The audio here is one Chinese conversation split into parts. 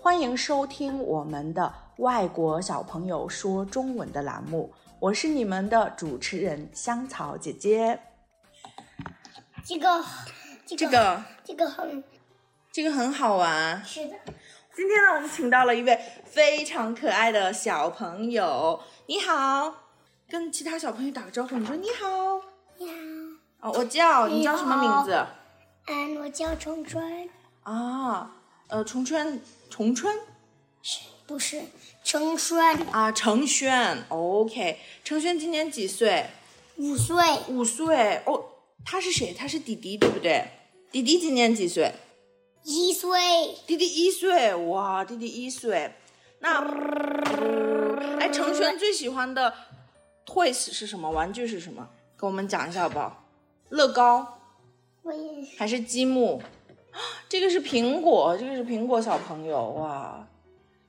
欢迎收听我们的外国小朋友说中文的栏目，我是你们的主持人香草姐姐。这个，这这个，个这个很这个很好玩。是的，今天呢，我们请到了一位非常可爱的小朋友，你好，跟其他小朋友打个招呼，你说你好。你好，哦，我叫你叫什么名字？嗯，我叫虫川，啊，呃，崇川，崇川不是程川，啊，程轩。OK，程轩今年几岁？五岁，五岁。哦，他是谁？他是弟弟，对不对？弟弟今年几岁？一岁，弟弟一岁。哇，弟弟一岁。那，哎，程轩最喜欢的 toys 是什么？玩具是什么？给我们讲一下好不好？乐高。我也是还是积木？ 这个是苹果，这个是苹果小朋友哇！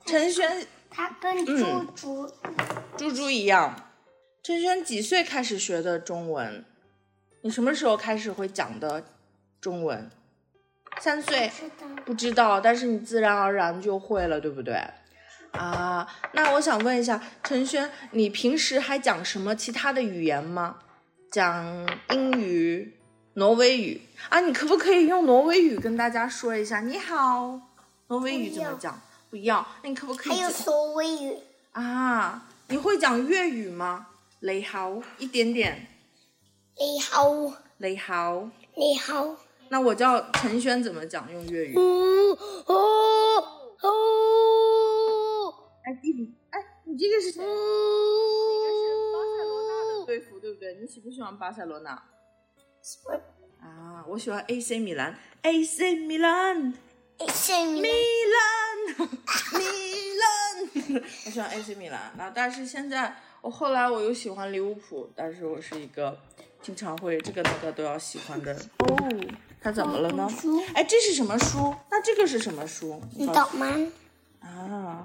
陈轩他跟猪猪猪猪一样，陈轩几岁开始学的中文？你什么时候开始会讲的中文？三岁知道，不知道，但是你自然而然就会了，对不对？啊，那我想问一下，陈轩，你平时还讲什么其他的语言吗？讲英语、挪威语啊？你可不可以用挪威语跟大家说一下？你好，挪威语怎么讲？不要，那你可不可还以有讲所谓语，啊？你会讲粤语吗？你好，一点点。你好，你好，你好，那我叫陈轩怎么讲用粤语？呜哦哦哎，弟弟，哎，你这个是谁？巴塞罗那的呜，队服，对不对？你喜不喜欢巴塞罗那？我啊，我喜欢 AC 米兰，AC 米兰，是米你兰，米兰。 我喜欢 AC 米兰，那但是现在我后来我又喜欢利物浦，但是我是一个经常会这个那个都要喜欢的。哦，他怎么了呢我读书？哎，这是什么书？那这个是什么书？你告懂诉吗？我啊？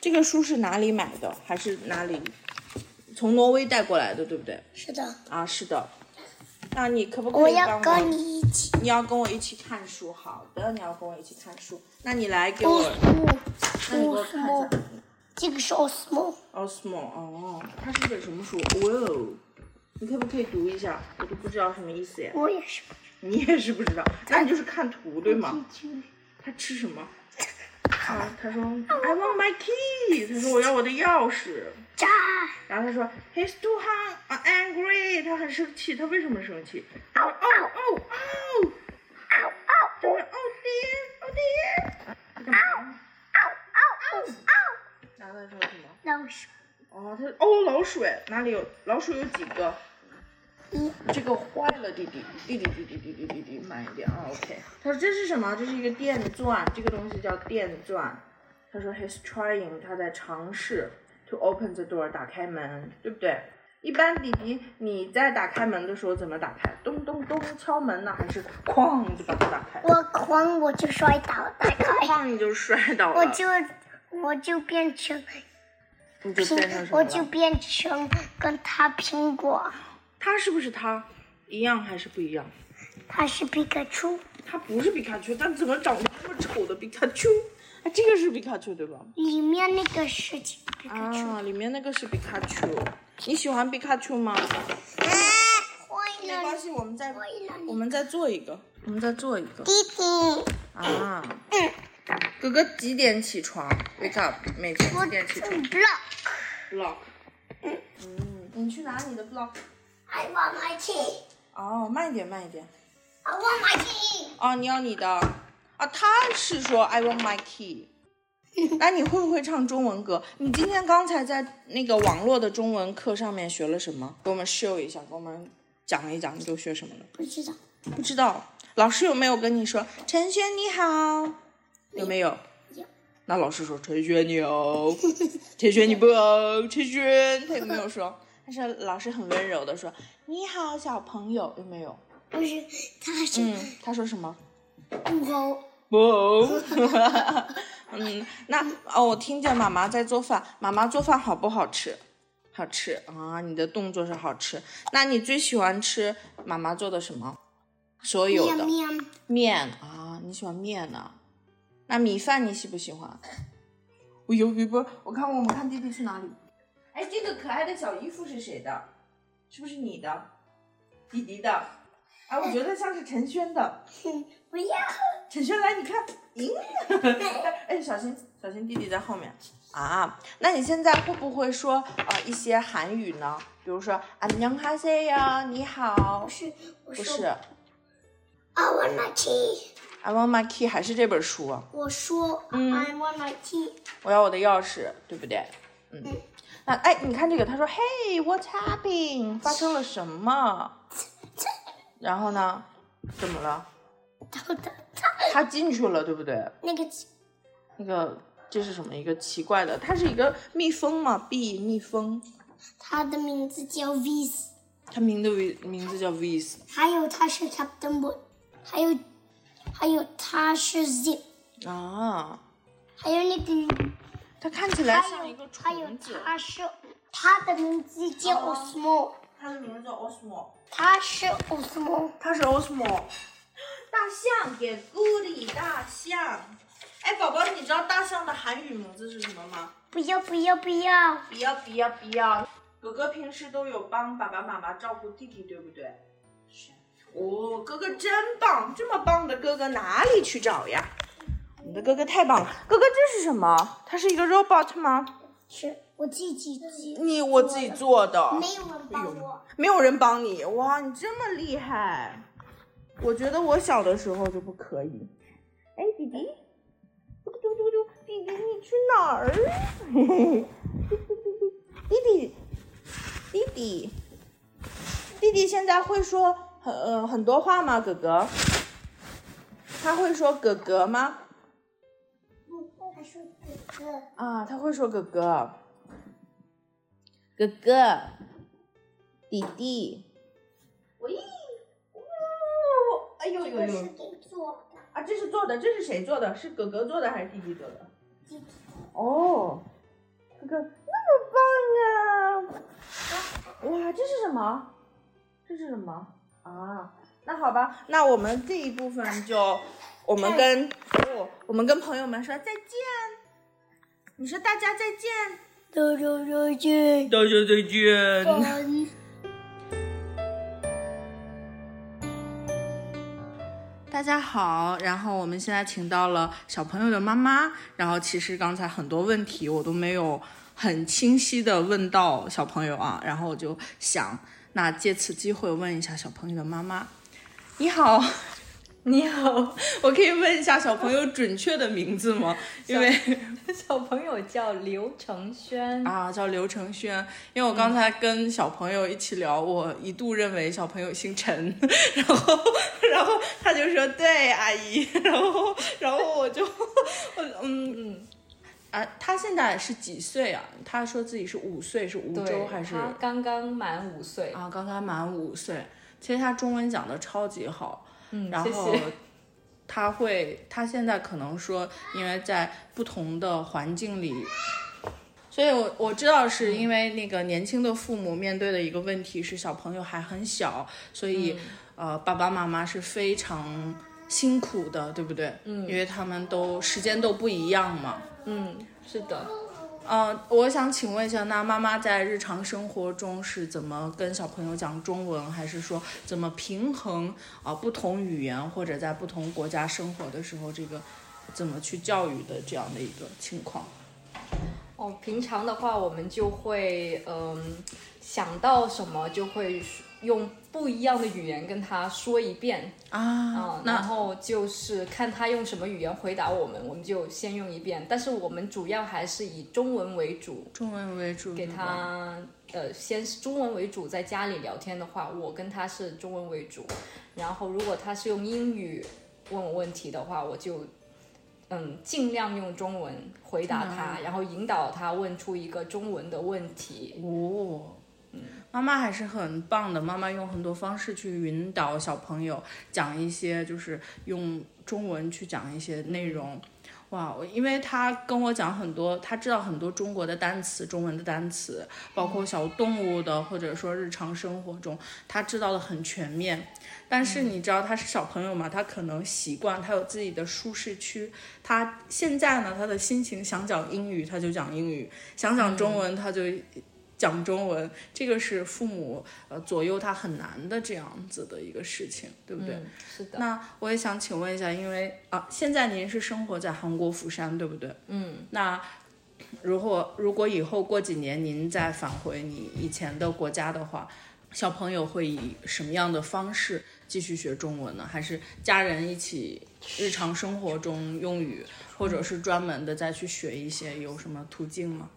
这个书是哪里买的？还是哪里从挪威带过来的？对不对？是的，啊，是的。那你可不可我以要帮跟你一起你要跟我一起看书，好的，你要跟我一起看书。那你来给读我，书那你给读我看一哦书下。。这个是 Osmo， Osmo，哦，它是本什么书？哇哦，你可不可以读一下？我都不知道什么意思耶。我也是。你也是不知道，那你就是看图对吗？他吃什么？啊，他说 I want my key，他说我要我的钥匙。炸！然后他说 He's too hung, I'm angry，他很生气，他为什么生气？他说哦哦哦，他说 Oh dear, oh dear，他干嘛？然后他说什么？老鼠，哦，他哦老鼠哎，哪里有老鼠有几个？一这个坏了，弟弟，弟弟，弟弟，弟弟，弟弟，慢一点啊，OK。他说这是什么？这是一个电钻，这个东西叫电钻。他说 he's trying，他在尝试 to open the door，打开门，对不对？一般弟弟你在打开门的时候怎么打开？咚咚咚敲门呢，还是哐就把它打开？我哐我就摔倒了，大概哐你就摔倒了，我就我就变成你就变成苹什，么我就了？变成跟他苹果，他是不是他一样还是不一样？他是皮卡丘，他不是皮卡丘，但怎么长得这么丑的皮卡丘？哎，这个是皮卡丘对吧？里面那个是皮卡丘。啊，里面那个是皮卡丘。你喜欢皮卡丘吗？坏没关哎了，系，我们再坏了我们再做一个，我们再做一个弟弟，嗯啊。哥哥几点起床？Wake up，每天我几点起床不了， ？Block。嗯，你去拿你的 block。 I want my tea，I 哦，慢一点，慢一点。 want my tea。哦，你要你的。啊，他是说 I want my key。那你会不会唱中文歌？你今天刚才在那个网络的中文课上面学了什么？给我们 show 一下，给我们讲一讲，你都学什么了？不知道，不知道老师有没有跟你说“陈轩你好”？有没有？有那老师说“陈轩你好”，“陈轩你不好”，“陈轩”他有没有说？但是老师很温柔的说“你好，小朋友”，有没有？不是，他是嗯，他说什么？不好。不哦。 嗯，那哦，我听见妈妈在做饭，妈妈做饭好不好吃？好吃啊！你的动作是好吃。那你最喜欢吃妈妈做的什么？所有的。面面面啊，你喜欢面呢、那米饭你喜不喜欢？ 我有一波，我看我们看弟弟去哪里？哎，这个可爱的小衣服是谁的？是不是你的？弟弟的？哎，我觉得像是陈轩的。 不要，陈轩来，你看，赢！ 哎，小心，小心弟弟在后面啊！那你现在会不会说呃一些韩语呢？比如说안녕하세요，你好不。是，我不说是啊 I want my key， ，I want my key 还是这本书啊？我说、嗯 I want my key，我要我的钥匙，对不对？嗯嗯。那哎，你看这个，他说，Hey，what's happening？发生了什么？ 然后呢？怎么了？然后他他他进去了，对不对？那个那个这是什么？一个奇怪的，它是一个蜜蜂嘛，bee 蜜蜂，他的名字叫 Viz，它名字为名字叫 Vis。还有他是 Captain Boy，还有还有他是 Zip，啊，还有那个它看起来像一个还有虫子。啊他是他的名字叫 Osmo，它的名字叫 Osmo，他是 Osmo，它是 Osmo。大象给 Goody 大象。哎，宝宝，你知道大象的韩语名字是什么吗？不要不要不要，不要不要不要！哥哥平时都有帮爸爸妈妈照顾弟弟，对不对？是。哦，哥哥真棒！这么棒的哥哥哪里去找呀？我们的哥哥太棒了！哥哥这是什么？它是一个 robot 吗？是我自己自你我自己做的，没有人哎帮我，没有人帮你。哇，你这么厉害！我觉得我小的时候就不可以。哎，弟弟，嘟嘟嘟嘟，弟弟你去哪儿？嘿嘿 弟弟，弟弟，弟弟现在会说很呃很多话吗？哥哥，他会说哥哥吗？我还说哥哥。啊，他会说哥哥，哥哥，弟弟。喂，哎呦这呦个呦是！给做的，啊，这是做的，这是谁做的？是哥哥做的还是弟弟做的？弟弟哦，哥哥那么棒啊！哇，这是什么？这是什么啊？那好吧，那我们这一部分就我们跟我我们跟朋友们说再见。你说大家再见，豆豆豆君，大家再见嗯，大家好，然后我们现在请到了小朋友的妈妈，然后其实刚才很多问题我都没有很清晰的问到小朋友啊，然后我就想，那借此机会问一下小朋友的妈妈，你好，你好， 我可以问一下小朋友准确的名字吗？因为小朋友叫刘承轩，啊，叫刘承轩，因为我嗯刚才跟小朋友一起聊，我一度认为小朋友姓陈， 然后然后他就说对阿姨， 然后然后我就我嗯嗯，啊，他现在是几岁啊？他说自己是五岁，是梧州对，还是他刚刚满五岁。啊？刚刚满五岁，其实他中文讲的超级好，嗯，然谢后谢。 他会，他现在可能说，因为在不同的环境里，所以我我知道是嗯因为那个年轻的父母面对的一个问题是小朋友还很小，所以、嗯呃爸爸妈妈是非常辛苦的，对不对？嗯，因为他们都时间都不一样嘛。嗯，是的，呃，我想请问一下，那妈妈在日常生活中是怎么跟小朋友讲中文，还是说怎么平衡啊、不同语言或者在不同国家生活的时候，这个怎么去教育的这样的一个情况？哦，平常的话我们就会嗯、想到什么就会用不一样的语言跟他说一遍啊啊，，然那后就是看他用什么语言回答我们，我们就先用一遍。但是我们主要还是以中文为主，中文为主给对吧他呃，先是中文为主，在家里聊天的话，我跟他是中文为主，然后如果他是用英语问我问题的话，我就嗯尽量用中文回答他，然后引导他问出一个中文的问题。哦。妈妈还是很棒的，妈妈用很多方式去引导小朋友讲一些，就是用中文去讲一些内容。哇，我因为他跟我讲很多，他知道很多中国的单词，中文的单词，包括小动物的，或者说日常生活中，他知道的很全面。但是你知道他是小朋友嘛，他可能习惯，他有自己的舒适区。他现在呢，他的心情想讲英语，他就讲英语；想讲中文，他就讲中文。这个是父母呃左右他很难的这样子的一个事情，对不对？嗯，是的，那我也想请问一下，因为啊，现在您是生活在韩国釜山，对不对？嗯，那如果如果以后过几年您再返回你以前的国家的话，小朋友会以什么样的方式继续学中文呢？还是家人一起日常生活中用语，或者是专门的再去学一些，有什么途径吗？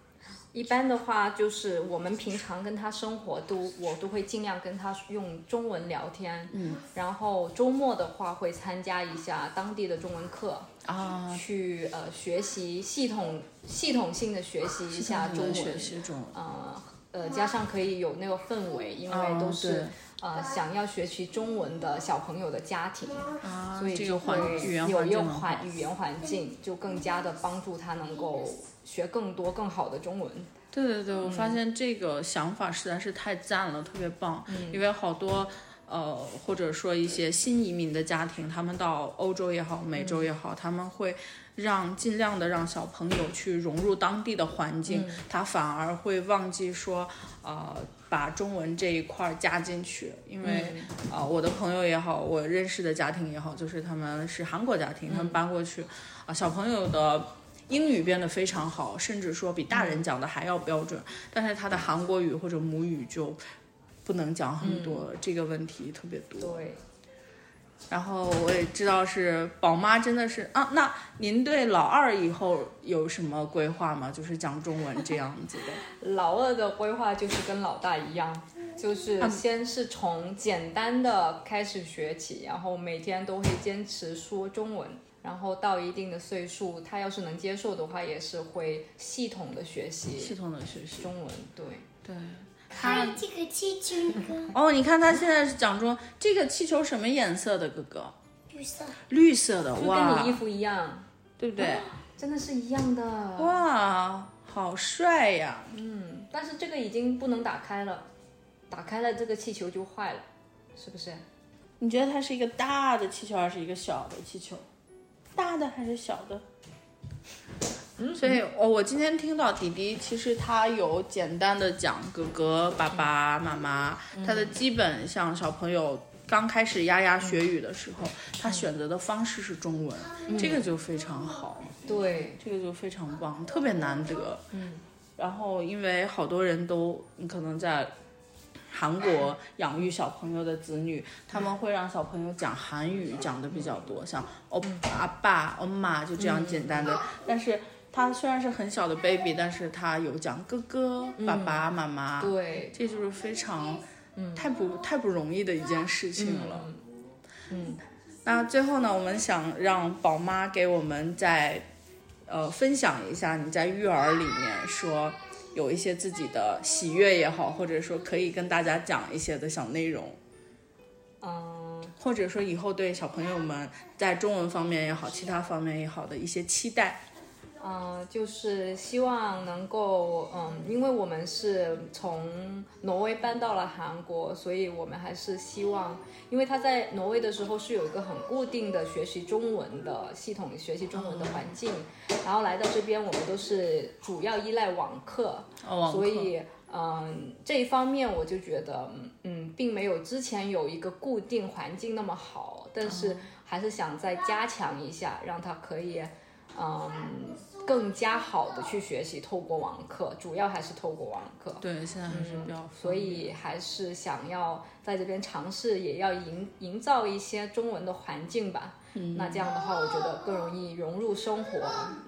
一般的话，就是我们平常跟他生活都，我都会尽量跟他用中文聊天。嗯，然后周末的话会参加一下当地的中文课，啊，去呃学习系统系统性的学习一下中文。学习中文呃呃，加上可以有那个氛围，因哦为都是、呃想要学习中文的小朋友的家庭，啊，所以这个就会环语言有环境用很好环语言环境，就更加的帮助他能够学更多更好的中文。对对对，我发现这个想法实在是太赞了，特别棒。因为好多呃，或者说一些新移民的家庭，他们到欧洲也好，美洲也好，他们会让尽量的让小朋友去融入当地的环境，他反而会忘记说呃把中文这一块儿加进去，因为啊、呃我的朋友也好，我认识的家庭也好，就是他们是韩国家庭，他们搬过去啊、小朋友的英语变得非常好，甚至说比大人讲的还要标准，但是他的韩国语或者母语就不能讲很多，这个问题特别多。对，然后我也知道是宝妈真的是啊，那您对老二以后有什么规划吗？就是讲中文这样子的老二的规划就是跟老大一样，就是先是从简单的开始学起，然后每天都会坚持说中文，然后到一定的岁数，他要是能接受的话，也是会系统的学系习统的学习。中文。对，对，还他有这个气球哥，哦，你看他现在是讲中这个气球什么颜色的，哥哥？绿色，绿色的，就跟哇你衣，服一样，对不对？真的是一样的。哇，好帅呀！嗯，但是这个已经不能打开了，打开了这个气球就坏了，是不嗯是？你觉得它是一个大的气球还是一个小的气球？大的还是小的？所以，我我今天听到迪迪，其实他有简单的讲哥哥、爸爸妈妈，他的基本像小朋友刚开始牙牙学语的时候，他选择的方式是中文，这个就非常好。对，这个就非常棒，特别难得。嗯，然后因为好多人都，你可能在韩国养育小朋友的子女，他们会让小朋友讲韩语讲的比较多，像欧嗯阿爸、欧妈就这样简单的。但是他虽然是很小的 baby，但是他有讲哥哥、爸爸妈妈，嗯对，这就是非常，太不太不容易的一件事情了。嗯那最后呢，我们想让宝妈给我们再呃分享一下你在育儿里面说有一些自己的喜悦也好，或者说可以跟大家讲一些的小内容，嗯，或者说以后对小朋友们在中文方面也好，其他方面也好的一些期待。呃，就是希望能够，嗯，因为我们是从挪威搬到了韩国，所以我们还是希望，因为他在挪威的时候是有一个很固定的学习中文的系统、学习中文的环境，然后来到这边，我们都是主要依赖网课，哦所以。嗯，这一方面我就觉得，嗯嗯，并没有之前有一个固定环境那么好，但是还是想再加强一下，让他可以，嗯，更加好的去学习，透过网课，主要还是透过网课。对，现在还是比较、所以还是想要在这边尝试，也要营营造一些中文的环境吧。嗯、那这样的话，我觉得更容易融入生活，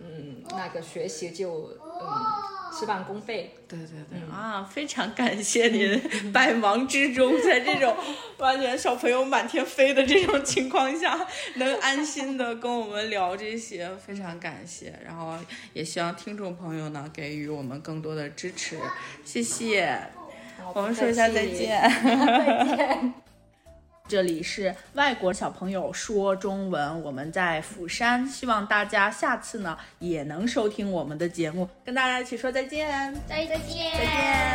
嗯，那个学习就嗯事半功倍。对对对、啊，非常感谢您， 百忙之中在这 种完全小朋友满天飞的这种情况下，能安心的跟我们聊这些，非常感谢。然后也希望听众朋友呢给予我们更多的支持，谢谢。好 我们说一下再见。再见。这里是外国小朋友说中文，我们在釜山，希望大家下次呢也能收听我们的节目，跟大家一起说再见，再见，再再见。